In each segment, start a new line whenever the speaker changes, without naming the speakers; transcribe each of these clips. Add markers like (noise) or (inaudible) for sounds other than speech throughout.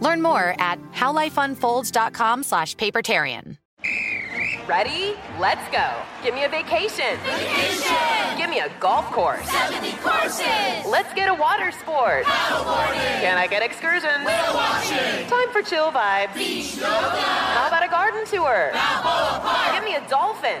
Learn more at howlifeunfolds.com slash papertarian.
Ready? Let's go. Give me a vacation. Vacation. Give me a golf course.
70 courses.
Let's get a water sport.
Paddleboarding.
Can I get excursions?
Whale watching.
Time for chill vibes.
Beach yoga.
How about a garden tour?
Balboa Park.
Give me a dolphin.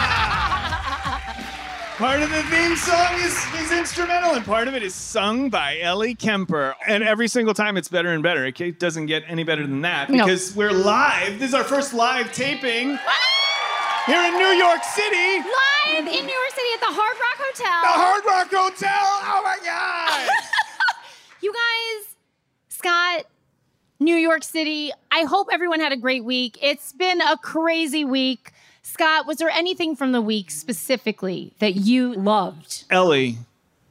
Part of the theme song is, is instrumental, and part of it is sung by Ellie Kemper. And every single time it's better and better. It doesn't get any better than that because we're live. This is our first live taping here in New York City, the
live in New York City at the Hard Rock Hotel.
Hard Rock Hotel. Oh my God.
you guys, Scott, New York City, I hope everyone had a great week. It's been a crazy week. Scott, was there anything from the week specifically that you loved?
Ellie,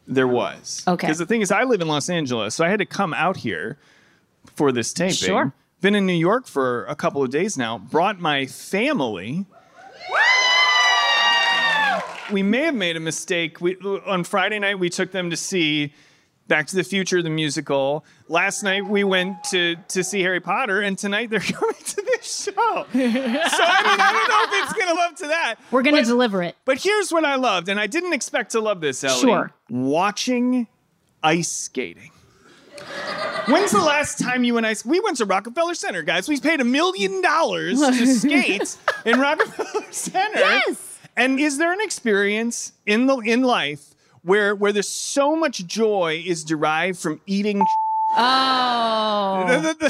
there was.
Okay.
Because the thing is, I live in Los Angeles, so I had to come out here for this taping.
Sure.
Been in New York for a couple of days now. Brought my family. we may have made a mistake. We, on Friday night, we took them to see Back to the Future, the musical. Last night, we went to, to see Harry Potter, and tonight they're (laughs) coming to this show. so I, mean, I don't know if it's going to live up to that.
We're going to
but-
deliver it.
but here's what I loved, and I didn't expect to love this, Ellie.
Sure.
Watching ice skating. When's the last time you and I? We went to Rockefeller Center, guys. We paid a million dollars
(laughs)
to skate in Rockefeller Center.
Yes.
And is there an experience in the in life where where there's so much joy is derived from eating?
(laughs) Oh.
The- the- the-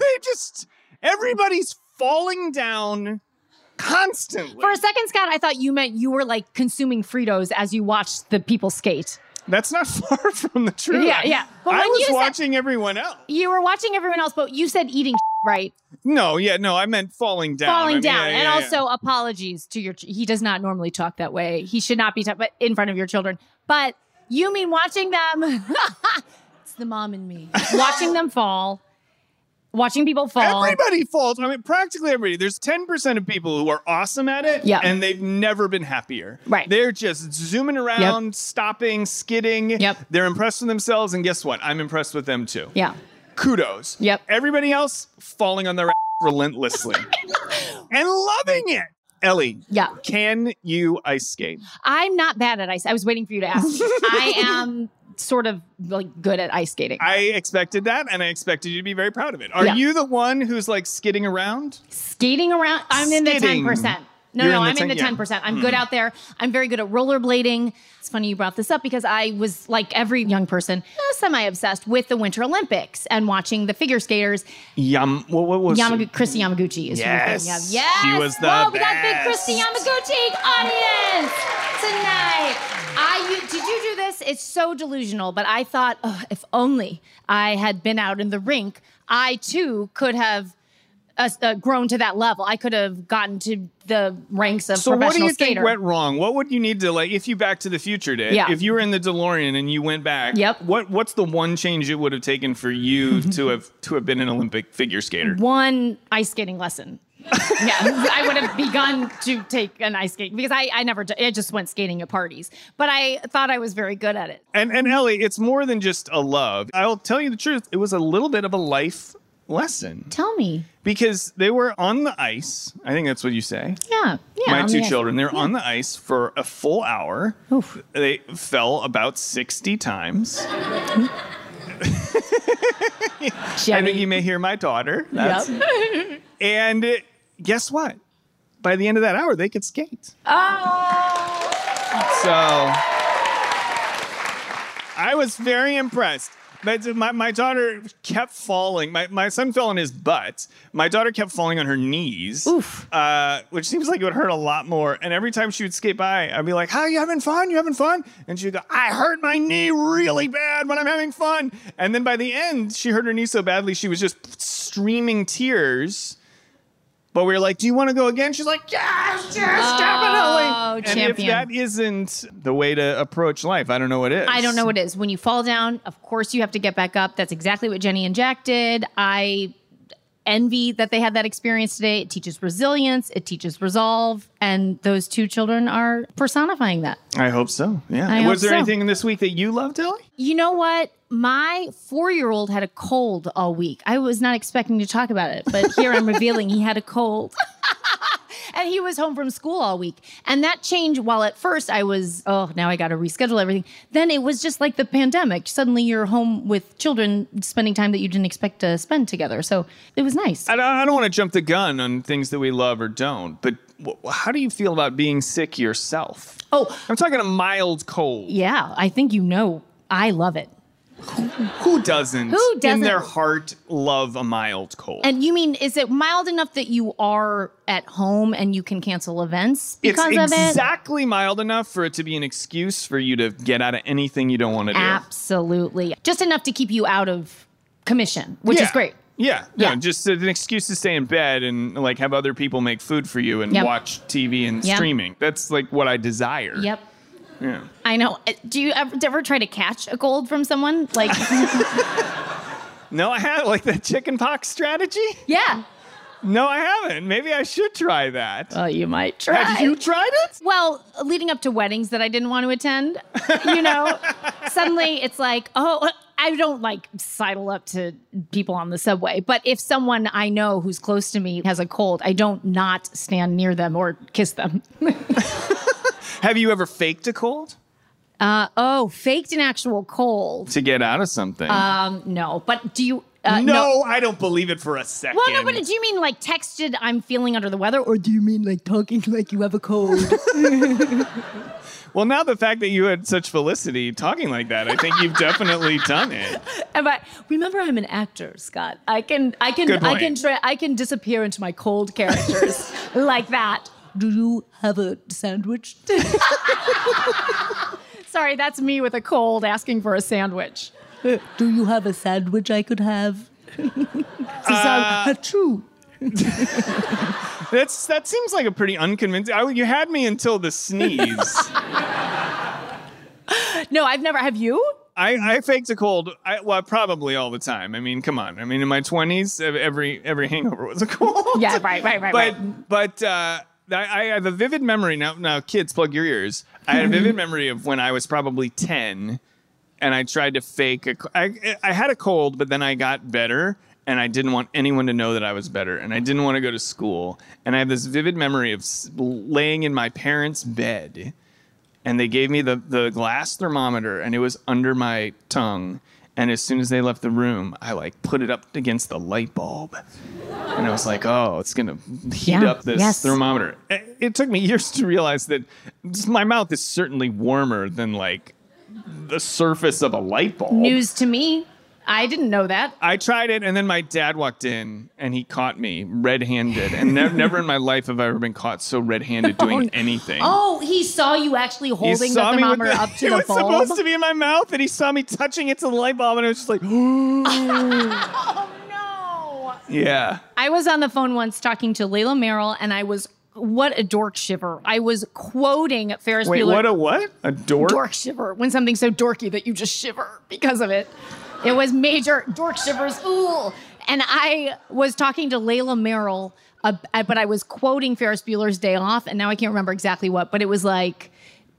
they just everybody's falling down constantly.
For a second, Scott, I thought you meant you were like consuming Fritos as you watched the people skate.
That's not (laughs) far from the truth.
Yeah, yeah. But
I
when you
was
said-
watching everyone else.
You were watching everyone else, but you said eating, (laughs) right?
No, yeah, no, I meant falling down. I
falling
mean,
down.
yeah,
and
yeah, yeah.
also apologies to your. He does not normally talk that way. He should not be talk, but in front of your children. But you mean watching them? (laughs) it's the mom and
(laughs)
me watching them fall, watching people fall.
everybody falls. I mean, practically everybody. There's 10% of people who are awesome at it,
Yeah.
and they've never been happier.
Right.
They're just zooming around, stopping, skidding.
Yep.
They're impressed with themselves, and guess what? I'm impressed with them too.
Yeah.
Kudos.
Yep.
Everybody else falling on their ass (laughs)
(laughs)
relentlessly and loving it. Ellie,
Yeah.
can you ice skate?
I'm not bad at ice. I was waiting for you to
(laughs)
ask. I am sort of like good at ice skating.
I expected that, and I expected you to be very proud of it. Are
Yeah.
you the one who's like skidding around?
skating around. I'm in the ten
Skidding.
percent. No,
You're in
no,
the
I'm in
10
the
yeah. Hmm.
ten percent. I'm good out there. I'm very good at rollerblading. It's funny you brought this up because I was like every young person, semi obsessed with the Winter Olympics and watching the figure skaters.
Yum. What, what was
Yamagu- Christy Yamaguchi is
Yes.
who we're
She
thinking of. Yes,
was the
Whoa, we got big
best.
Christy Yamaguchi audience tonight. I you, did you do this? It's so delusional, but I thought, oh, if only I had been out in the rink, I too could have. Uh, uh, grown to that level, I could have gotten to the ranks of
So what do
professional
you
skater.
think went wrong? What would you need to like if you Back to the Future did?
Yeah.
If you were in the DeLorean and you went back,
Yep.
what what's the one change it (laughs) would have taken for you to have to have been an Olympic figure skater? (laughs)
One ice skating lesson. yeah, I would have begun to take an ice skate because I, I never, I just went skating at parties, but I thought I was very good at it.
And and Ellie, it's more than just a love. I'll tell you the truth. It was a little bit of a life lesson
Tell me.
because they were on the ice. I think that's what you say.
Yeah. Yeah.
My
on
two
the ice.
children, they were on the ice for a full hour. They fell about 60 times. I think you may hear my daughter. That's- And uh, guess what? By the end of that hour, they could skate. So I was very impressed. My, my, my daughter kept falling. My, my son fell on his butt. My daughter kept falling on her knees, Oof. Uh, which seems like it would hurt a lot more. And every time she would skate by, I'd be like, "How you having fun? You having fun?" And she'd go, "I hurt my knee really bad when I'm having fun." And then by the end, she hurt her knee so badly she was just streaming tears. But we were like, "Do you want to go again?" She's like, "Yes, yes, definitely."
Oh,
and if
champion.
that isn't the way to approach life. I don't know what is.
(laughs) I don't know what it is. When you fall down, of course you have to get back up. That's exactly what Jenny and Jack did. I envy that they had that experience today. It teaches resilience, it teaches resolve, and those two children are personifying that.
I hope so. Yeah.
I
Was
hope
there
so.
anything in this week that you loved, Ellie?
You know what? My four year old had a cold all week. I was not expecting to talk about it, but here I'm revealing he had a cold. (laughs) and he was home from school all week. And that change, while at first I was, oh, now I got to reschedule everything, then it was just like the pandemic. Suddenly you're home with children spending time that you didn't expect to spend together. So it was nice.
I don't, I don't want to jump the gun on things that we love or don't, but wh- how do you feel about being sick yourself?
Oh.
I'm talking a mild cold.
yeah, I think you know I love it.
Who doesn't?
Who
In
doesn't?
their heart, love a mild cold.
And you mean, is it mild enough that you are at home and you can cancel events
it's
because of it?
exactly mild enough for it to be an excuse for you to get out of anything you don't want to do.
Absolutely. Just enough to keep you out of commission, which
yeah.
is great.
Yeah, yeah,
Yeah.
just an excuse to stay in bed and like have other people make food for you and
Yep.
watch TV and
Yep.
streaming. That's like what I desire.
Yep.
Yeah.
I know. Uh, Do you ever, do you ever try to catch a cold from someone? Like, (laughs)
No, I have like the chicken pox strategy.
yeah.
No, I haven't. Maybe I should try that.
Well, Uh, you might try.
have you tried it?
Well, leading up to weddings that I didn't want to attend,
(laughs)
you know, suddenly it's like, oh, I don't like sidle up to people on the subway. But if someone I know who's close to me has a cold, I don't not stand near them or kiss them.
Have you ever faked a cold
Uh, oh, faked an actual cold.
to get out of something?
Um, no, but do you? Uh,
no, I don't believe it for a second.
Well, no, but do you mean like texted, I'm feeling under the weather, or do you mean like talking (laughs) like you have a cold?
Well, now the fact that you had such felicity talking like that, I think
(laughs)
you've definitely done it.
Am I, remember, I'm an actor, Scott. I can, I can,
Good
I can,
point.
tra- I can disappear into my cold characters (laughs) like that. Do you have a sandwich? (laughs) Sorry, that's me with a cold asking for a sandwich. do you have a sandwich I could have? (laughs)
Uh,
true.
That's that seems like a pretty unconvincing. I, you had me until the
(laughs)
sneeze.
No, I've never. Have you?
I, I faked a cold. I, well, probably all the time. I mean, come on. I mean, in my twenties, every every hangover was a (laughs) cold.
Yeah, right, right, right,
But
right.
but uh, I, I have a vivid memory now. Now, kids, plug your ears. I had a
(laughs)
vivid memory of when I was probably ten, and I tried to fake a. co- I I had a cold, but then I got better. And I didn't want anyone to know that I was better, and I didn't want to go to school. And I have this vivid memory of s- laying in my parents' bed, and they gave me the, the glass thermometer and it was under my tongue and as soon as they left the room i like put it up against the light bulb and i was like oh it's gonna heat
Yeah,
up this
yes.
thermometer it, it took me (laughs) years to realize that my mouth is certainly warmer than like the surface of a light bulb
News to me. I didn't know that.
I tried it, and then my dad walked in and he caught me red-handed. And nev- (laughs) never in my life have I ever been caught so red-handed doing anything.
Oh, he saw you actually
He
holding the
saw me with
thermometer (laughs) up
(laughs)
to
it
the
was
bulb.
supposed to be in my mouth, and he saw me touching it to the light bulb, and I was just like, (gasps)
Oh, No.
yeah.
I was on the phone once talking to Layla Merrill, and I was what a dork shiver. I was quoting Ferris
Wait,
Bueller.
what a what? A dork?
dork shiver when something's so dorky that you just shiver because of it. It was major dork shivers. Ooh. And I was talking to Layla Merrill, uh, but I was quoting Ferris Bueller's Day Off, and now I can't remember exactly what, but it was like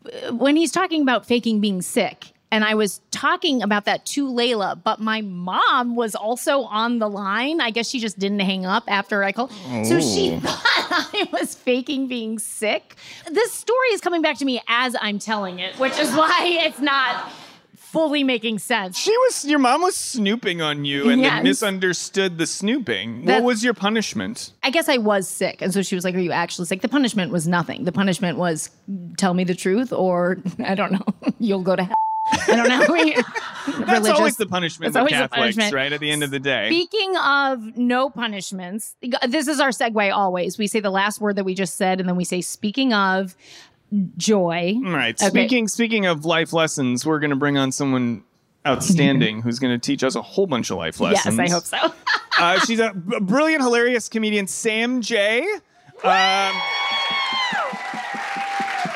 uh, when he's talking about faking being sick. And I was talking about that to Layla, but my mom was also on the line. I guess she just didn't hang up after I called. So
Oh.
she thought (laughs) I was faking being sick. This story is coming back to me as I'm telling it, which is why (laughs) it's not fully making sense.
She was your mom was snooping on you and
Yes.
then misunderstood the snooping.
That's-
what was your punishment?
I guess I was sick. And so she was like, Are you actually sick? The punishment was nothing. The punishment was tell me the truth, or (laughs) I don't know, you'll go to hell. I don't know.
(laughs) That's
Religious-
always the punishment of
That's always the
Catholics,
punishment.
right? At the end of the day.
Speaking of no punishments, this is our segue always. We say the last word that we just said, and then we say, Speaking of joy.
All right.
Okay.
Speaking speaking of life lessons, we're going to bring on someone
(laughs)
outstanding who's going to teach us a whole bunch of life lessons.
Yes, I hope so. (laughs)
uh, she's a b- brilliant, hilarious comedian, Sam J. Um,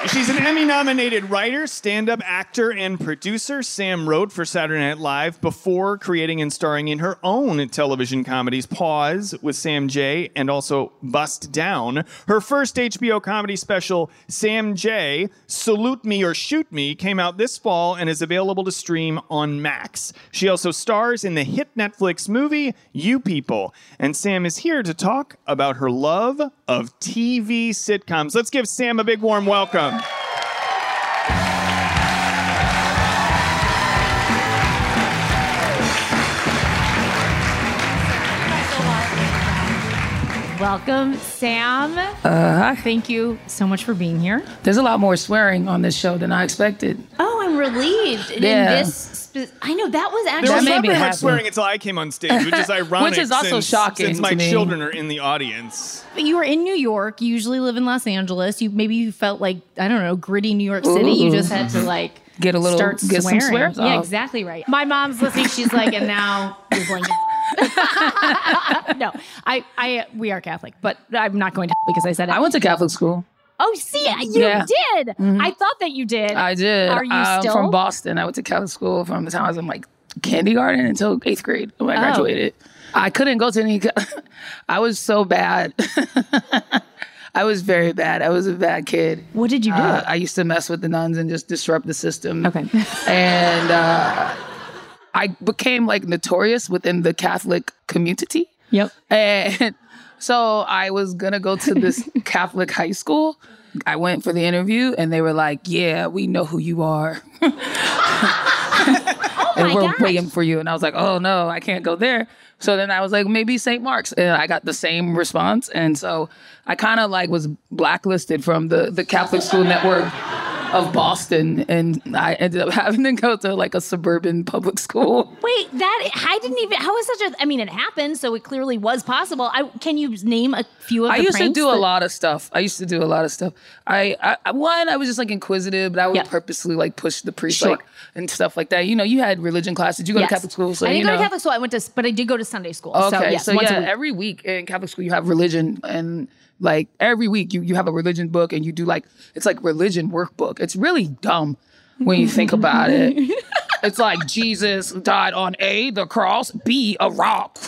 she's an Emmy nominated writer, stand up actor, and producer. Sam wrote for Saturday Night Live before creating and starring in her own television comedies, Pause with Sam J, and also Bust Down. Her first HBO comedy special, Sam J, Salute Me or Shoot Me, came out this fall and is available to stream on Max. She also stars in the hit Netflix movie You People. And Sam is here to talk about her love of TV sitcoms. Let's give Sam a big warm welcome.
Welcome, Sam. Thank you so much for being here.
There's a lot more swearing on this show than I expected.
Oh, I'm relieved. And
Yeah.
In this spe- I know that was actually
There was
made
not
me
very much
happy.
swearing until I came on stage, which
(laughs)
is ironic.
Which is also
since,
shocking
Since
to
my
me.
children are in the audience.
But you were in New York. You usually live in Los Angeles. You maybe you felt like I don't know, gritty New York City. You just had to like
Get a little-
start
get some
swearing.
swears
yeah,
off.
exactly right. My mom's listening. She's like, and now you're going. To- (laughs) no, I, I, we are Catholic, but I'm not going to (laughs) because I said it.
I went to Catholic school.
oh, see, you
Yeah. Mm-hmm.
did. I thought that you did.
I did.
Are you
I'm
still?
from Boston. I went to Catholic school from the time I was in like kindergarten until eighth grade when I
Oh.
graduated. I couldn't go to any. (laughs) I was so bad. (laughs) I was very bad. I was a bad kid.
What did you do?
Uh, I used to mess with the nuns and just disrupt the system.
Okay. (laughs)
and uh, I became like notorious within the Catholic community.
Yep.
And so I was gonna go to this Catholic high school. I went for the interview and they were like, Yeah, we know who you are. (laughs) and we're
gosh.
waiting for you. And I was like, Oh no, I can't go there. So then I was like, Maybe St. Mark's. And I got the same response. And so I kind of like was blacklisted from the, the Catholic school network of Boston. And I ended up (laughs) having to go to like a suburban public school.
Wait, that I didn't even. How is such a? I mean, it happened, so it clearly was possible. I can you name a few of?
I
the
used to
pranks
do a
that-
lot of stuff. I used to do a lot of stuff. I, I- I one, I was just like inquisitive, but I would
Yeah.
purposely like push the priest
Sure.
like and stuff like that. You know, you had religion classes. You go
Yes.
to Catholic school, so
I didn't
you
go
know.
to Catholic school. I went to, but I did go to Sunday school.
Okay,
so, yes, once
yeah,
a week.
every week in Catholic school you have religion and like every week you you have a religion book and you do like it's like religion workbook. It's really dumb when you think about (laughs) it. It's like Jesus died on A, the cross, B, a rock. (laughs)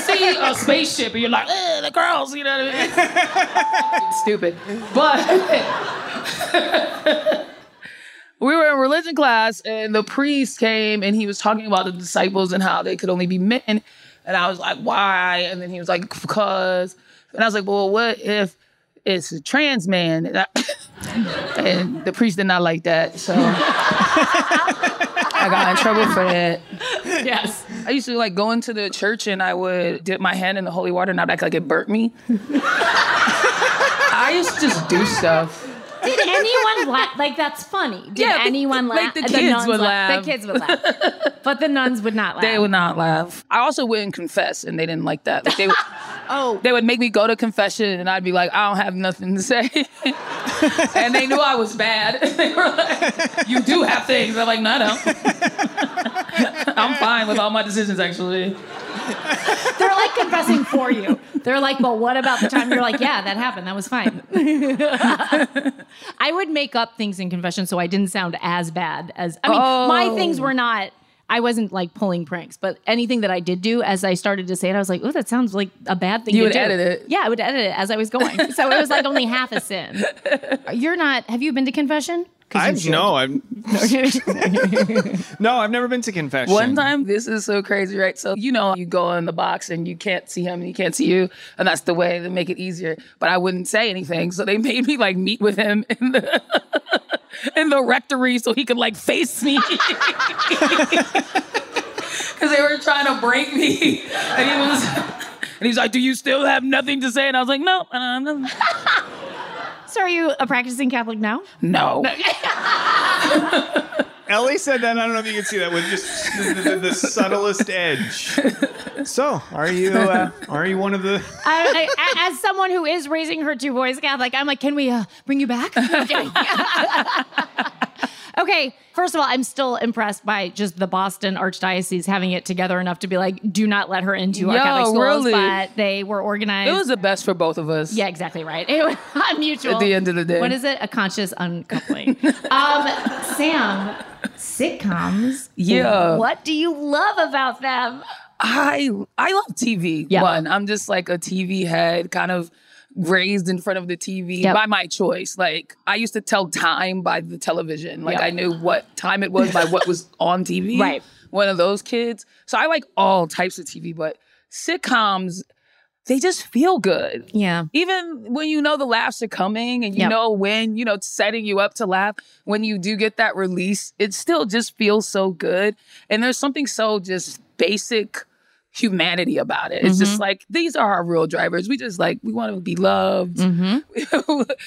See a spaceship, and you're like, "Eh, the girls, you know what I mean? It's (laughs) stupid. But (laughs) we were in religion class, and the priest came and he was talking about the disciples and how they could only be men. And I was like, why? And then he was like, because. And I was like, well, what if it's a trans man? And, I, (laughs) and the priest did not like that. So I got in trouble for that.
yes.
I used to like go into the church and I would dip my hand in the holy water and I'd act like it burnt me. (laughs) I used to just do stuff.
Did
(laughs)
anyone laugh? Like that's funny. Did
Yeah, but-
anyone
like,
laugh?
the kids
nuns
would laugh.
The kids would laugh,
(laughs)
but the nuns would not laugh.
They would not laugh. I also wouldn't confess and they didn't like that. Like they would,
Oh.
they would make me go to confession and I'd be like, I don't have nothing to say. and they knew I was bad. (laughs) they were like, You do have things. I'm like, no, I don't. (laughs) I'm fine with all my decisions actually.
They're like confessing for you. They're like, but what about the time you're like, yeah, that happened. That was (laughs) fine. I would make up things in confession so I didn't sound as bad as. I mean, my
Oh.
things were not. I wasn't like pulling pranks, but anything that I did do, as I started to say it, I was like, oh, that sounds like a bad thing.
You
to
would
do."
edit it.
Yeah, I would edit it as I was going. so it was like only half a
(laughs)
sin. You're not. Have you been to confession? 'Cause you
I've
should.
no,
(laughs)
I've (laughs) no, I've never been to confession.
One time, this is so crazy, right? So, you know, you go in the box and you can't see him and he can't see you. And that's the way to make it easier. But I wouldn't say anything. So they made me like meet with him in the, (laughs) in the rectory so he could like face me. (laughs) Because they were trying to break me. And he was. And he's like, "Do you still have nothing to say?" And I was like, "No, I don't have nothing."
So are you a practicing Catholic now?
No.
Ellie said that. I don't know if you can see that with just the, the, the subtlest edge. So, are you uh, are you one of the?
I, I, as someone who is raising her two boys Catholic, I'm like, can we uh, bring you
(laughs)
back? (laughs) Okay. okay. First of all, I'm still impressed by just the Boston Archdiocese having it together enough to be like, do not let her into our
Yo,
Catholic schools.
really?
But they were organized.
It was the best for both of us.
yeah, exactly right. It was (laughs) mutual.
At the end of the day.
What is it? A conscious uncoupling. um, Sam, sitcoms.
Yeah.
What do you love about them?
I I love TV.
Yeah.
One, I'm just like a TV head, kind of raised in front of the TV
Yep.
by my choice. Like I used to tell time by the television. Like
Yep.
I knew what time it was by what was
(laughs)
on TV.
Right.
One of those kids. So I like all types of TV, but sitcoms, they just feel good.
Yeah.
Even when you know the laughs are coming and you
Yep.
know when, you know, it's setting you up to laugh, when you do get that release, it still just feels so good. And there's something so just basic humanity about it. It's just
Mm-hmm.
like these are our real drivers. We just like we want to be loved.
Mm.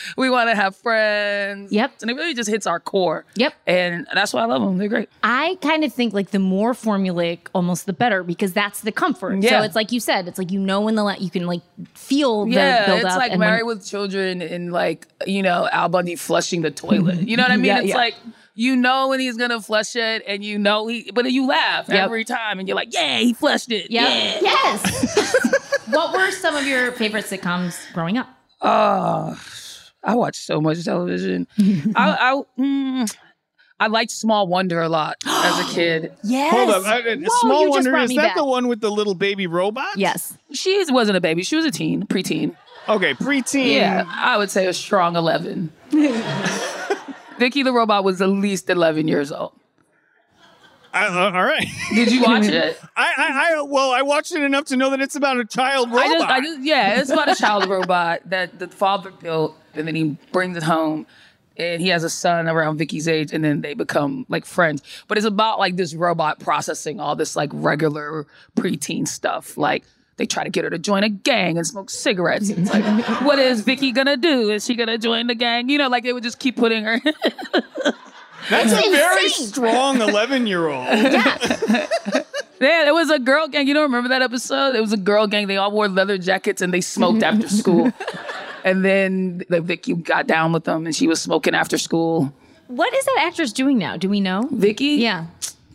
(laughs) we want to have friends.
Yep.
And it really just hits our core.
Yep.
And that's why I love them. They're great.
I kind of think like the more formulaic, almost the better because that's the comfort. So
Yeah.
it's like you said, it's like you know when the la- you can like feel the
yeah,
build
it's
up.
like
and when-
Married with Children and like you know Al Bundy flushing the toilet. You know what I mean?
Mm-hmm. Yeah,
it's
yeah.
like you know when he's gonna flush it, and you know he, but you laugh
Yep.
every time, and you're like, yeah, he flushed
Yep.
it. Yeah.
Yes.
(laughs)
what were some of your favorite sitcoms growing up?
Oh, I watch so much television. I I, mm, I liked Small Wonder a lot as
(gasps)
a kid.
Yes.
Hold up, I, I- small
you just
wonder
brought
is
me
that
back.
the one with the little baby robot?
Yes.
She wasn't a baby; she was a teen, preteen.
Okay, preteen.
Yeah, I would say a
(laughs)
strong 11. Vicky the Robot was at least 11 years old.
I, uh, all right. (laughs)
Did you
(laughs)
watch it?
I, I, I, well, I watched it enough to know that it's about a child robot.
I just, I just, yeah, it's about a child robot that the father built, and then he brings it home, and he has a son around Vicky's age, and then they become like friends. But it's about like this robot processing all this like regular preteen stuff, like. They try to get her to join a gang and smoke cigarettes. It's like, what is Vicky gonna do? Is she gonna join the gang? You know, like they would just keep putting her.
That's a very
insane.
strong
(laughs)
eleven-year-old.
Yeah, it was a girl gang. You don't remember that episode? It was a girl gang. They all wore leather jackets and they smoked after
Mm-hmm. (laughs)
school. And then the Vicky got down with them and she was smoking after school.
What is that actress doing now? Do we know?
Vicky?
Yeah.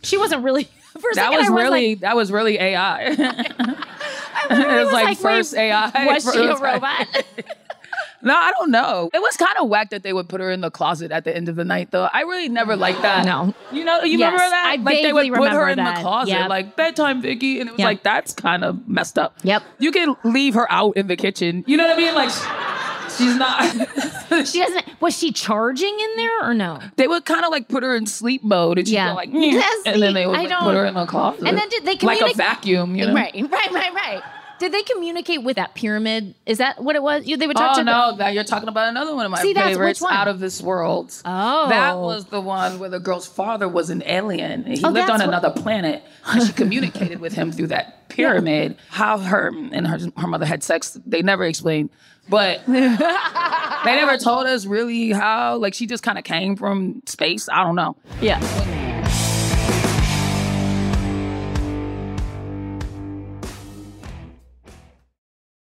She wasn't really. (laughs) For a
That
second,
was
I
really (laughs)
Like,
that was really AI. it was,
was
like,
like,
first
wait,
AI.
was she a
first-
robot?
(laughs) (laughs) No, I don't know. It was kind of whack that they would put her in the closet at the end of the night, though. I really never liked that.
No.
you know, you
Yes,
remember that?
I
like they would
vaguely
put her
remember
in the
that.
closet,
Yep.
like bedtime, Vicky, and it was
Yep.
like that's kind of messed up.
Yep.
you can leave her out in the kitchen. You know what I mean? Like she's
(laughs)
not.
she doesn't. Was she charging in there or no?
they would kind of like put her in sleep mode, and she'd
Yeah.
go like,
Yes,
and then they would
I
like,
don't-
put her in the closet,
And then did they
like a
communicate-
vacuum, you know?
Right, right, right, right. Did they communicate with that pyramid? Is that what it was? You- They would talk
Oh
to the-
no! Now you're talking about another one of my
See, that's- which
favorites,
one?
Out of This World.
Oh.
that was the one where the girl's father was an alien. and He
Oh,
lived
that's
on
what-
another planet, and she communicated with him
(laughs)
through that pyramid. How her and her her mother had sex, they never explained,
(laughs)
but they never told us really how. Like she just kind of came from space. I don't know.
Yeah.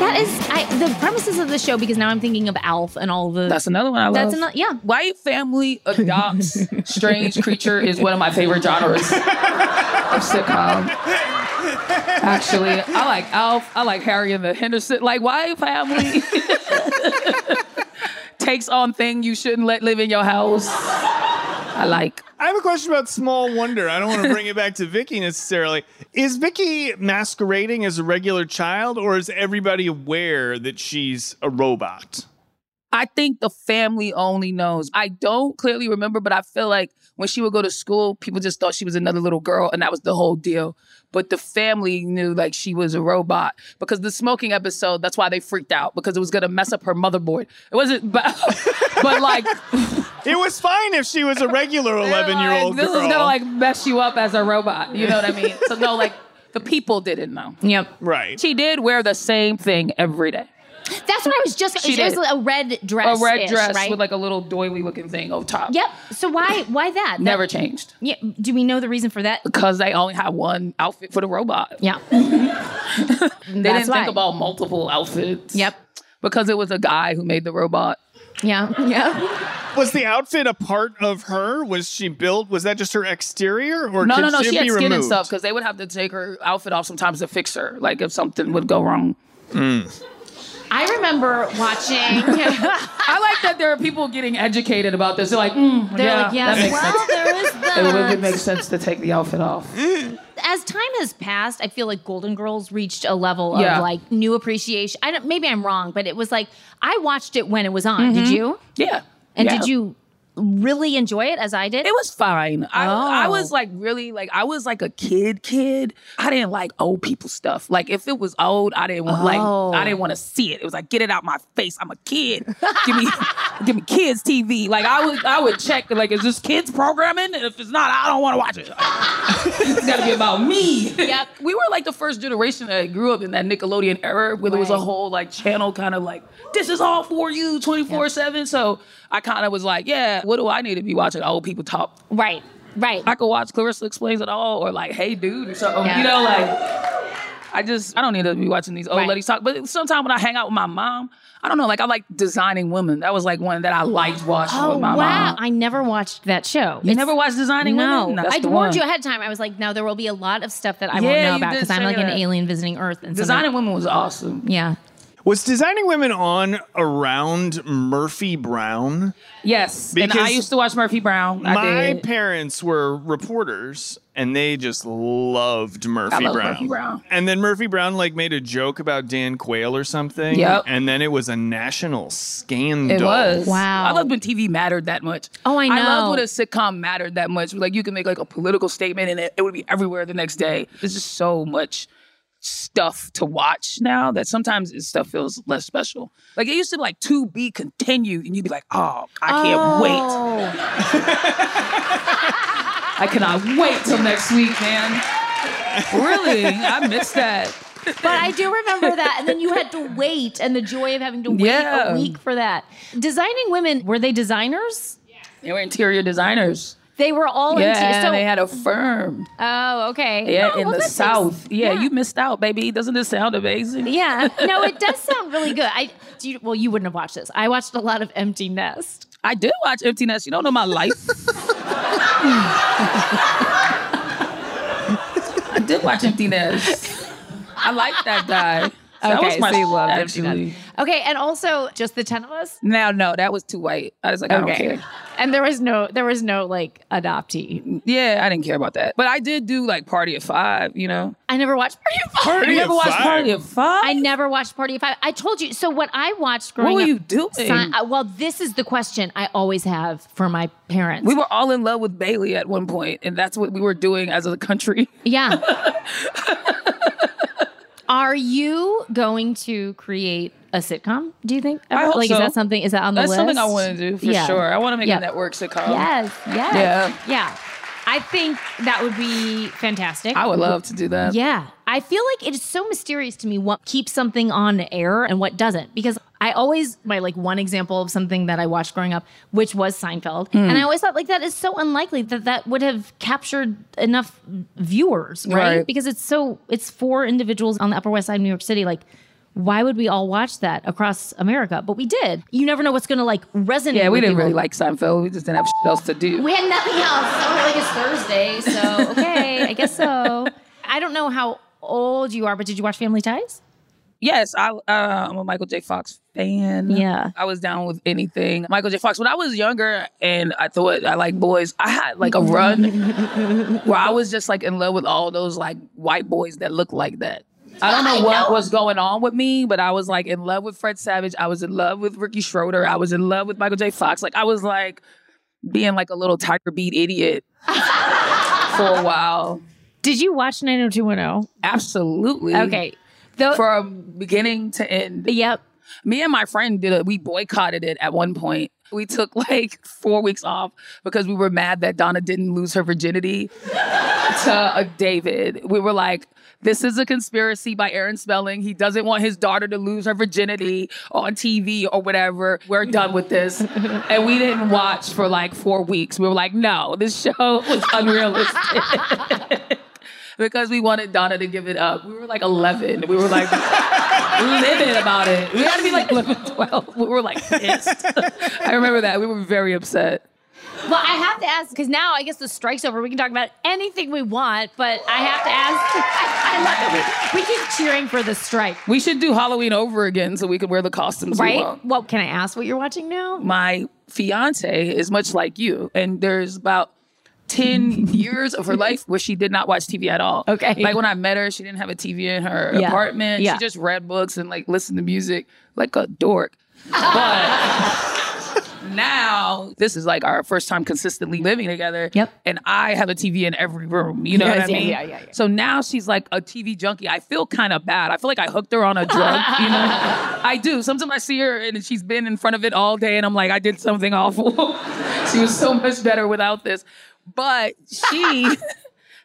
That is I, the premises of the show because now I'm thinking of Alf and all the.
That's another one I love.
That's another. Yeah.
White family adopts strange creature is one of my favorite genres of sitcom. Actually, I like Alf. I like Harry and the Henderson. Like white family (laughs) takes on thing you shouldn't let live in your house. I like.
I have a question about Small Wonder. I don't want to bring it back to Vicky necessarily. Is Vicky masquerading as a regular child, or is everybody aware that she's a robot?
I think the family only knows. I don't clearly remember, but I feel like when she would go to school, people just thought she was another little girl, and that was the whole deal. But the family knew like she was a robot because the smoking episode. That's why they freaked out because it was gonna mess up her motherboard. It wasn't, but, (laughs) but like
It was fine if she was a
(laughs)
regular (laughs) eleven-year-old
this
girl.
is gonna like mess you up as a robot. You know what I mean? so no, like the people didn't know.
Yep.
right.
She did wear the same thing every day.
That's what I was just.
She
She was
did.
a red dress.
a red dress
right?
with like a little doily looking thing over top.
Yep. So why why that? That-
Never changed.
Yeah. Do we know the reason for that?
Because they only had one outfit for the robot.
(laughs) Yeah.
They didn't think about multiple outfits.
Yep.
Because it was a guy who made the robot.
Yeah. Yeah.
Was the outfit a part of her? Was she built? Was that just her exterior, or
No,
could
no, no.
She,
She had
be
skin
removed?
and stuff because they would have to take her outfit off sometimes to fix her, like if something would go wrong.
(laughs) I remember watching. (laughs)
I like that there are people getting educated about this. They're like, mm,
They're
yeah,
like, yeah.
that makes
well,
sense.
there is
It would-
that.
would make sense to take the outfit off.
as time has passed, I feel like Golden Girls reached a level
Yeah.
of like new appreciation. I don't, maybe I'm wrong, but it was like I watched it when it was on.
Mm-hmm.
Did you?
Yeah.
And
Yeah.
did you really enjoy it as I did?
It was fine. I, I
Oh.
was like really like I was like a kid kid. I didn't like old people stuff. Like if it was old, I didn't want
Oh.
like I didn't want to see it. It was like get it out my face. I'm a
(laughs)
kid. Give me give me kids TV. Like I would I would check like is this kids programming? And if it's not, I don't want to watch it. (laughs) it's got to be about me.
Yep.
We were like the first generation that grew up in that Nickelodeon era where there was a
Right.
whole like channel kind of like this is all for you 24/7. So I kind of was like, yeah, what do I need to be watching old people talk?
right. Right.
I could watch Clarissa Explains It All or like Hey Dude or something.
Yeah.
You know, like I just I don't need to be watching these old
Right.
ladies talk. But sometimes when I hang out with my mom, I don't know, like I like designing women. That was like one that I liked watching
Oh
with my
wow!
mom.
I never watched that show.
You never watched Designing
no,
Women? That's
I
the
warned
one.
you ahead of time. I was like, no, there will be a lot of stuff that I
Yeah,
won't know
you
about
did
because I'm
say
like an
that.
alien visiting Earth and so
Designing
that-
Women was awesome.
Yeah,
Was designing women on around Murphy Brown?
Yes. and I
Because
used to watch Murphy Brown. I
My
did.
parents were reporters and they just loved Murphy
I love
Brown.
Murphy Brown.
And then Murphy Brown like made a joke about Dan Quayle or something.
Yep.
And then it was a national scandal.
It was.
Wow.
I loved when TV mattered that much.
Oh, I
I loved
know.
when a sitcom mattered that much. Like you could make like a political statement and it, it would be everywhere the next day. There's just so much stuff to watch now that sometimes this stuff feels less special. Like it used to be like to be continued and you'd be like, oh, I can't wait. (laughs) I cannot wait till next week, man. Really? I miss that.
but I do remember that. And then you had to wait, and the joy of having to wait
(laughs)
Yeah.
a week for that. Designing women were they designers?
They were interior designers.
They were all
yeah,
interior. So
and they had a firm.
Oh, okay.
Yeah,
Oh,
in
well,
the
that makes-
South. yeah, you missed out, baby. Doesn't this sound amazing? (laughs)
Yeah. No, it does sound really good. I do you, well, you wouldn't have watched this. I watched a lot of Empty Nest.
I did watch Empty Nest. You don't know my life. (laughs) I did watch Empty Nest. I like that guy. that
Okay,
was my
so you loved
shit,
Empty Nest.
actually.
Okay, and also just the ten of us.
Now, no, that was too white. I was like, I don't care.
And there was no, there was no like adoptee.
Yeah, I didn't care about that. But I did do like Party at Five, you know?
I never watched Party of Five.
Party You never of watched Five? Party of Five?
I never watched Party of Five. I told you. So when I watched growing
were
up,
you doing?
uh, well, this is the question I always have for my parents.
We were all in love with Bailey at one point, and that's what we were doing as a country.
Yeah.
(laughs)
Are you going to create a sitcom? Do you think?
I hope
like, is
so.
that something? Is that on the
That's
list?
something I want to do for
Yeah.
sure. I want to make
Yeah.
a network sitcom.
Yes. Yes.
Yeah.
Yeah. I think that would be fantastic.
I would love to do that.
Yeah. I feel like it is so mysterious to me what keeps something on air and what doesn't because I always my like one example of something that I watched growing up which was Seinfeld
Hmm.
Mm.
and I always thought like that is so unlikely that that would have captured enough viewers, right?
Right.
Because it's so it's four individuals on the Upper West Side of New York City like why would we all watch that across America? But we did. You never know what's going to like resonate.
Yeah, we
with
didn't
people.
really like Seinfeld. We just didn't have shit else to do.
We had nothing else. Oh, like it's Thursday, (laughs) so okay, I guess so. I don't know how old you are, but did you watch Family Ties?
Yes, I, uh, I'm a Michael J. Fox fan.
Yeah.
I was down with anything. Michael J. Fox, when I was younger and I thought I liked boys, I had like a (laughs) run where I was just like in love with all those like white boys that looked like that. I don't know what was going on with me, but I was like in love with Fred Savage. I was in love with Ricky Schroeder. I was in love with Michael J. Fox. Like I was like being like a little Tiger Beat (laughs) idiot for a while.
Did you watch 90210?
Absolutely.
Okay.
From beginning to end.
Yep.
Me and my friend did it. We boycotted it at one point. We took like four weeks off because we were mad that Donna didn't lose her virginity to uh, David. We were like, this is a conspiracy by Aaron Spelling. He doesn't want his daughter to lose her virginity on TV or whatever. We're done with this. And we didn't watch for like four weeks. We were like, no, this show was unrealistic. (laughs) because we wanted Donna to give it up. We were like 11. We were like livid about it. We had to be like (laughs) 11, 12. We were like pissed. I remember that. We were very upset.
Well, I have to ask because now I guess the strike's over. We can talk about anything we want, but I have to ask. (laughs) I love that we, we keep cheering for the strike,
We should do Halloween over again so we could wear the costumes we
right?
want.
Well, can I ask what you're watching now?
My fiance is much like you, and there's about
(laughs)
10 years of her life where she did not watch TV at all.
Okay.
Like when I met her, she didn't have a TV in her
Yeah.
apartment.
Yeah.
She just read books and like listened to music like a dork.
(laughs)
But now this is like our first time consistently living together. Yep. And I have a TV in every room. You know
Yes,
what I
yeah,
mean?
yeah, yeah, yeah.
So now she's like a TV junkie. I feel kind of bad. I feel like I hooked her on a drug.
(laughs)
you know, I do. Sometimes I see her and she's been in front of it all day, and I'm like, I did something awful. (laughs) she was so much better without this. But she
(laughs)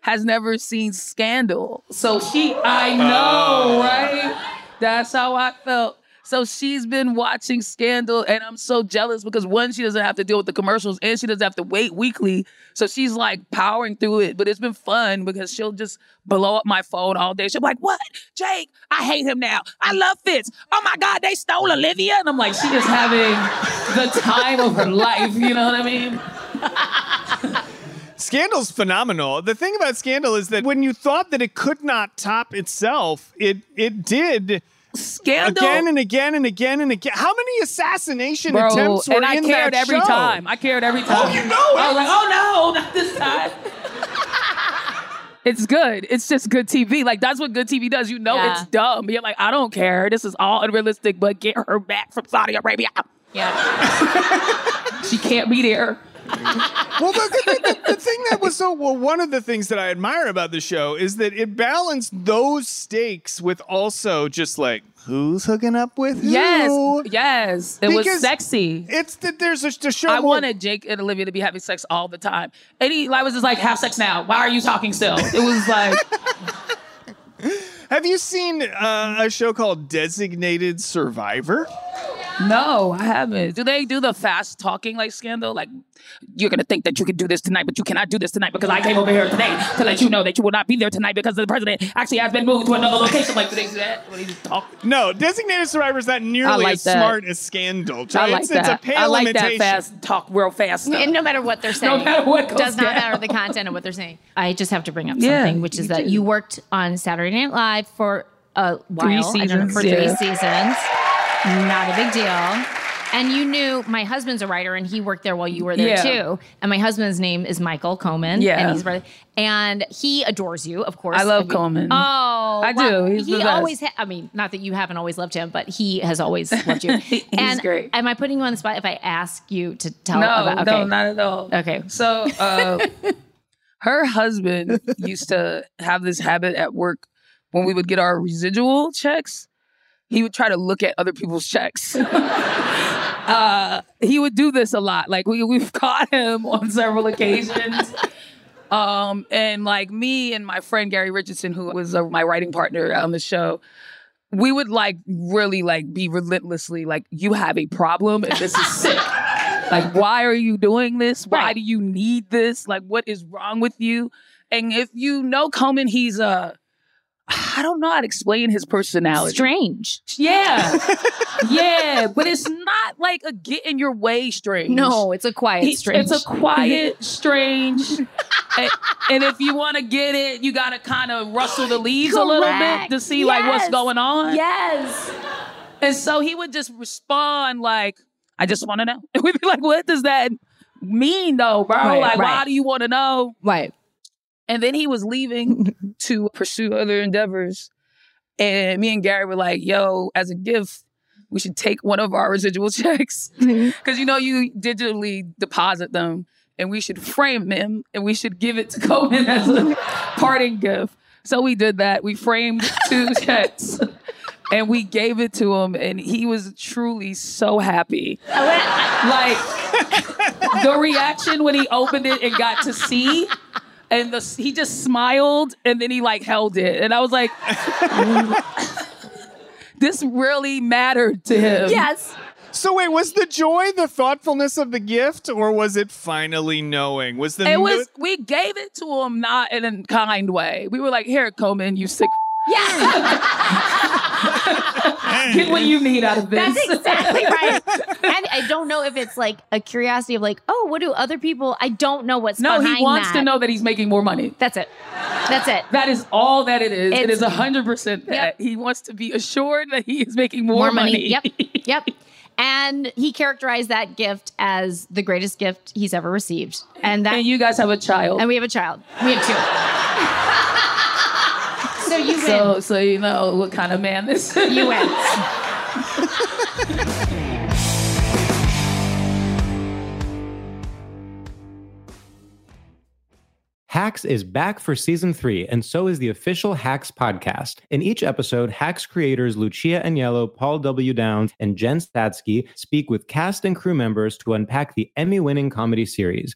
has never seen Scandal, so she. I know,
Oh.
right? That's how I felt. So she's been watching Scandal, and I'm so jealous because one, she doesn't have to deal with the commercials, and she doesn't have to wait weekly. So she's like powering through it, but it's been fun because she'll just blow up my phone all day. She'll be like, "What, Jake? I hate him now. I love Fitz. Oh my God, they stole Olivia," and I'm like, she is having the time of her life. You know what I mean?
Scandal's phenomenal. The thing about Scandal is that when you thought that it could not top itself, it it did.
Scandal
again and again and again and again. How many assassination
Bro,
attempts were
and I
in
cared
that
every
show?
time. I cared every time.
Oh, you know it.
I was like, oh no, not this time. It's good. It's just good TV. Like that's what good TV does. You know
Yeah.
it's dumb. You're like, I don't care. This is all unrealistic, but get her back from Saudi Arabia. Yeah. she can't be there.
well, the, the-
(laughs)
the- the thing that was so well, one of the things that I admire about the show is that it balanced those stakes with also just like who's hooking up with who.
Yes. Yes. It was
Because
sexy.
It's that there's a, the show.
I
more-
wanted Jake and Olivia to be having sex all the time. And he I was just like, have sex now. Why are you talking still? It was like
Have you seen uh, a show called Designated Survivor?
No, I haven't. Do they do the fast talking like scandal? Like, you're gonna think that you can do this tonight, but you cannot do this tonight because I came over here today to let you know that you will not be there tonight because the president actually has been moved to another location. Like, do they do that? When they just talk?
No, Designated Survivor is not
I
nearly
like
as
that.
smart as Scandal.
I like
it's,
that.
it's a pale
I like
imitation.
that fast talk, real fast. Stuff.
And no matter
(laughs)
what they're saying,
matter what goes
does not
down.
matter the content of what they're saying. I just have to bring up
Yeah,
something, which is
you
that
do.
you worked on Saturday Night Live for a while, I don't know,
seasons,
for three
yeah.
seasons. Not a big deal. And you knew my husband's a writer, and he worked there while you were there
Yeah.
too. And my husband's name is Michael Coman.
Yeah.
and he's a brother, and he adores you, of course.
I love
Every-
Coman.
Oh,
I
wow.
do. He's
he
the best.
always. Ha- I mean, not that you haven't always loved him, but he has always loved you.
(laughs) He's
and
great.
Am I putting you on the spot if I ask you to tell?
no,
about, okay.
no, not at all.
Okay.
So
(laughs)
uh, her husband used to have this habit at work when we would get our residual checks, he would try to look at other people's checks. uh, he would do this a lot. Like we we've (laughs) caught him on several occasions. Um, and like me and my friend Gary Richardson, who was uh, my writing partner on the show, we would like really like be relentlessly like, you have a problem and this is sick. like, why are you doing this? Why do you need this? Like, what is wrong with you? And if you know Coman, he's uh, I don't know how to explain his personality.
Strange.
Yeah. yeah. But it's not like a get in your way strange.
No, it's a quiet
He-
strange. (laughs)
It's a quiet, strange. and, and if you want to get it, you got to kind of rustle the leaves a little bit
Correct.
to see like what's
Yes.
going on.
Yes.
And so he would just respond like, I just want to know. (laughs) And we'd be like, what does that mean though, bro?
Right,
like, why
right.
do you want to know?
Right.
And then he was leaving to pursue other endeavors. And me and Gary were like, yo, as a gift, we should take one of our residual (laughs) checks. Because you know, you digitally deposit them and we should frame them and we should give it to Coleman as a parting gift. So we did that. We framed two checks and we gave it to him. And he was truly so happy. Like, (laughs) the reaction when he opened it and got to see and the, he just smiled and then he like held it and i was like (laughs) this really mattered to him
Yes.
So wait, was the joy the thoughtfulness of the gift, or was it finally knowing? Was the
it was we gave it to him not in a kind way we were like here coman you sick (laughs)
(laughs)
yes get what you need out of this (laughs)
That's exactly right. And I don't know if it's like a curiosity of like, oh, what do other people? I don't know what's
no he
behind
wants
that.
to know that he's making more money
That's it. That's it.
that is all that it is. It
It's-
is 100% that.
Yep.
He wants to be assured that he is making more,
Yep. Yep. And he characterized that gift as the greatest gift he's ever received. And that
(laughs) And you guys have a child.
and we have a child. We have two. (laughs) so you win.
So, so you know what kind of man this (laughs) is.
you win.
Hacks is back for season three, and so is the official Hacks podcast. In each episode, Hacks creators Lucia Agnello, Paul W. Downs, and Jen Statsky speak with cast and crew members to unpack the Emmy winning comedy series.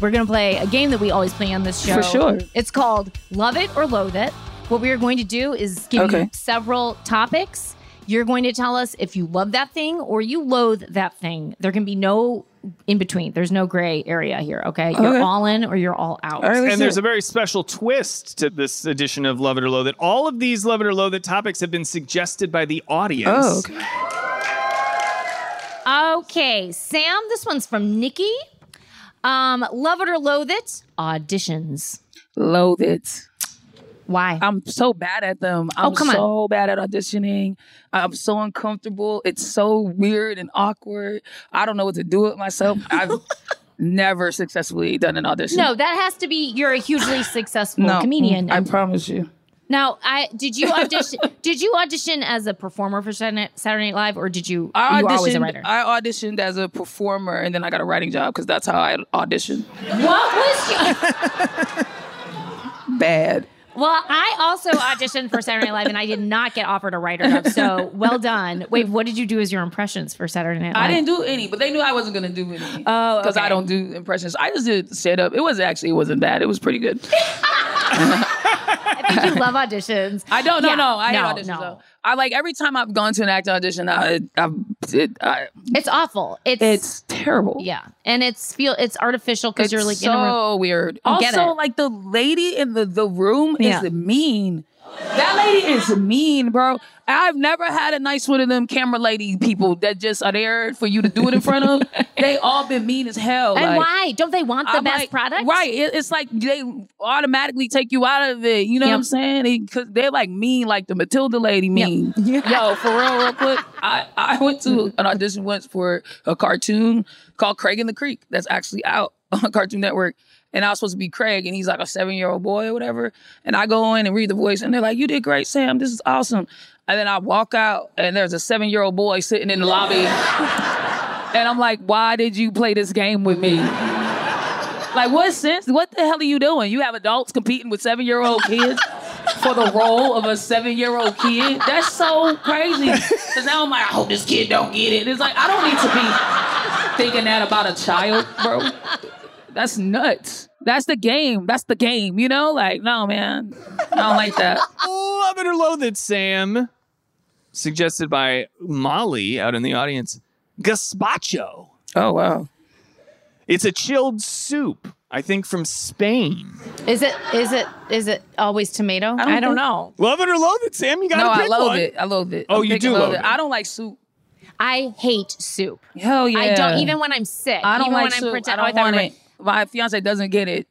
We're going to play a game that we always play on this show.
For sure.
It's called Love It or Loathe It. What we are going to do is give you
Okay.
several topics. You're going to tell us if you love that thing or you loathe that thing. There can be no in between. There's no gray area here, okay? You're
Okay.
all in or you're all out.
and there's a very special twist to this edition of Love It or Loathe It. All of these Love It or Loathe It topics have been suggested by the audience.
Oh, okay.
Okay, Sam, this one's from Nikki. Um, love it or loathe it, auditions.
Loathe it.
Why?
I'm so bad at them.
Oh,
I'm
come on.
so bad at auditioning. I'm so uncomfortable. It's so weird and awkward. I don't know what to do with
(laughs)
myself. I've never successfully done an audition.
No, that has to be you're a hugely successful
No.
comedian.
I promise you.
Now, I did (laughs) you audition? did you audition as a performer for Saturday Night, Saturday Night Live, or did you?
I
you were always a
auditioned.
writer.
I auditioned as a performer, and then I got a writing job because that's how I auditioned.
What was your?
Bad.
(laughs) Well, I also auditioned for Saturday Night Live, and I did not get offered a writer job. So well done. Wait, what did you do as your impressions for Saturday Night Live?
I didn't do any, but they knew I wasn't gonna do any. Oh, because I don't do impressions. I just did stand up. It was actually it wasn't bad. It was pretty good.
I think you love auditions.
(laughs) I don't. No,
Yeah.
no. I
no,
hate auditions.
no.
though. I like every time I've gone to an acting audition. I, I, it, I
It's awful. It's
it's terrible.
Yeah, and it's feel it's artificial because
It's
you're like
so
in a room.
weird.
I get
Also,
it.
like the lady in the the room
Yeah.
is mean. That lady is mean, bro. I've never had a nice one of them camera lady people that just are there for you to do it in front
(laughs)
of. they all been mean as hell.
And
like-
why don't they want the
I'm
best
like,
product?
Right. It- it's like they automatically take you out of it. You know what I'm
Yep.
saying? They, Cause they're like mean, like the Matilda lady mean. Yo, for real, real quick. I, I went to an audition once for a cartoon called Craig in the Creek that's actually out (laughs) on Cartoon Network. And I was supposed to be Craig, and he's like a seven year old boy or whatever. And I go in and read the voice, and they're like, You did great, Sam. This is awesome. And then I walk out, and there's a seven year old boy sitting in the lobby. And I'm like, why did you play this game with me? Like, what sense? What the hell are you doing? You have adults competing with seven year old kids for the role of a seven year old kid? That's so crazy. Because now I'm like, I hope this kid don't get it. It's like, I don't need to be thinking that about a child, bro. That's nuts. That's the game. That's the game, you know? Like, no, man. I don't like that.
Love it or loathe it, Sam. Suggested by Molly out in the audience. Gazpacho.
Oh, wow.
It's a chilled soup, I think from Spain.
Is it is it is it always tomato? I
don't think-
know.
Love it or loathe it, Sam. You gotta
No, I
pick
love
one.
it. I love it.
Oh, you
picking
do love it.
I don't like soup.
I hate soup.
Hell yeah.
I don't even when I'm sick.
I don't
even
like
when
soup.
I'm pretend-
I
oh,
don't
thought
want
we were-
it. My fiance doesn't get it.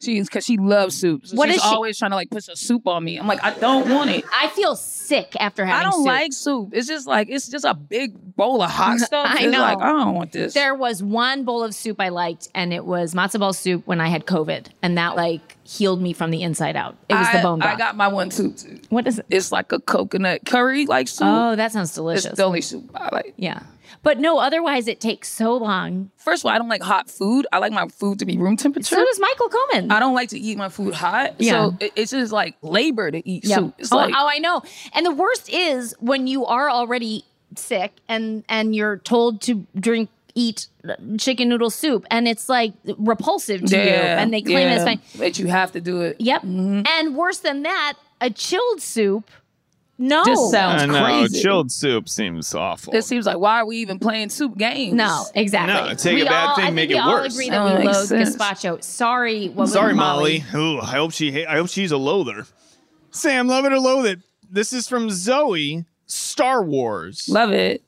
She's because she loves soup. So
What
she's
is she-
always trying to like push a soup on me. I'm like, I don't want it.
I feel sick after
I
having.
don't
soup.
like soup. It's just like it's just a big bowl of
(laughs)
hot stuff.
I
It's
know.
like I don't want this.
There was one bowl of soup I liked, and it was matzo ball soup when I had COVID, and that like healed me from the inside out. It was
I,
the bone broth.
I got my one soup. Too.
What is it?
It's like a coconut curry like soup.
oh, that sounds
it's
delicious.
the only soup I like.
yeah, but no, otherwise it takes so long.
First of all, I don't like hot food. I like my food to be room temperature.
So does Michael Coman.
I don't like to eat my food hot.
Yeah.
So it- it's just like labor to eat
Yeah.
soup. It's
oh,
like
oh, I know. And the worst is when you are already sick and and you're told to drink eat chicken noodle soup and it's like repulsive to you and they claim it's
yeah, Mm-hmm.
fine.
But you have to do it.
Yep. And worse than that, a chilled soup. No.
Just sounds
I know.
crazy.
Chilled soup seems awful.
It seems like why are we even playing soup games?
No, exactly.
No, take a
We
bad
all-
thing,
I think
make
we
it
all
worse.
agree that
Oh,
we
makes
loathe
sense.
gazpacho. Sorry, what was
Sorry,
it,
Molly. Ooh, I hope she. ha- I hope she's a loather. Sam, love it or loathe it. This is from Zoe. Star Wars.
Love it.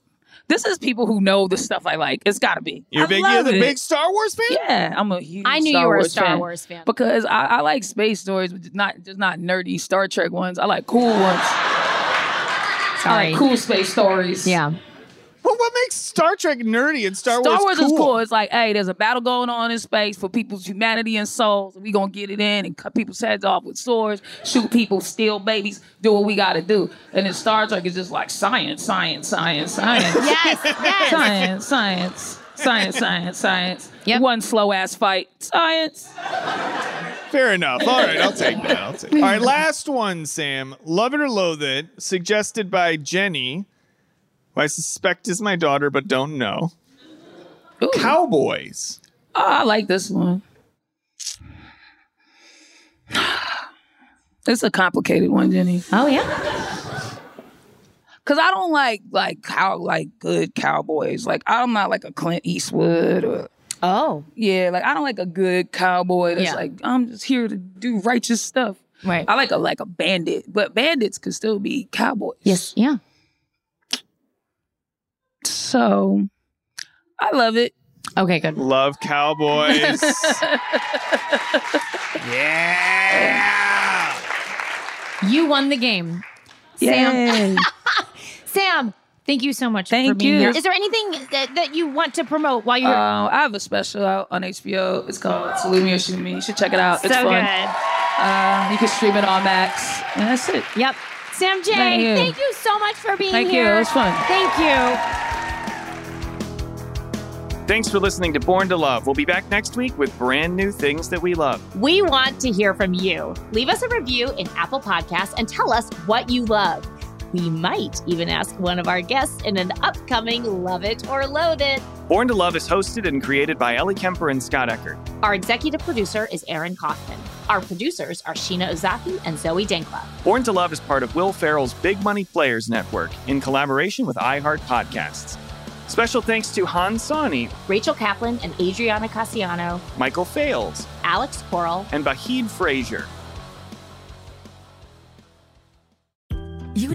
This is people who know the stuff I like. It's gotta be.
You're
I
big. You're
love
the
it.
big Star Wars fan.
Yeah, I'm a huge.
I knew
Star
you were a
Wars
Star
fan.
Wars fan.
because I, I like space stories, but just not just not nerdy Star Trek ones. I like cool ones. I
Sorry.
like cool space stories.
Yeah.
Well, Well, what makes Star Trek nerdy and Star,
Star
Wars,
Wars is cool. It's like, hey, there's a battle going on in space for people's humanity and souls. We gonna get it in and cut people's heads off with swords, shoot people, steal babies, do what we gotta do. And then Star Trek is just like science, science, science,
(laughs)
(laughs)
science.
Yes, yes.
Science, science, science, science, science. One slow ass fight. Science.
Fair enough. All right, I'll take that. I'll take. All right, last one, Sam. Love it or loathe it, suggested by Jenny, who I suspect is my daughter, but don't know. Cowboys.
Oh, I like this one. (sighs) It's a complicated one, Jenny.
Oh yeah.
Cause I don't like like cow like good cowboys. Like I'm not like a Clint Eastwood or
oh
yeah. Like I don't like a good cowboy that's
Yeah.
like I'm just here to do righteous stuff.
Right.
I like a like a bandit, but bandits could still be cowboys.
Yes. Yeah.
So I love it.
Okay. Good.
Love cowboys. yeah.
You won the game, Sam.
Yay.
Sam, thank you so much for
Thank
being
you.
here. Is there anything that, that you want to promote while you're
(laughs) Uh, I have a special out on HBO. It's called Salute Me or Shoot Me. You should check it out. It's
so
fun.
good?
Uh, you can stream it on Max. And that's it.
Yep. Sam J,
Thank you.
thank you so much for being
Thank you.
here.
It was fun.
Thank you.
Thanks for listening to Born to Love. We'll be back next week with brand new things that we love.
We want to hear from you. Leave us a review in Apple Podcasts and tell us what you love. We might even ask one of our guests in an upcoming Love It or Load It.
Born to Love is hosted and created by Ellie Kemper and Scott Eckert.
Our executive producer is Aaron Kaufman. Our producers are Sheena Ozaki and Zoe Dankla.
Born to Love is part of Will Ferrell's Big Money Players Network in collaboration with iHeart Podcasts. Special thanks to Han Sani,
Rachel Kaplan and Adriana Cassiano,
Michael Fales,
Alex Coral,
and Bahid Frazier.
You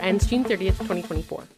ends June 30th, 2024.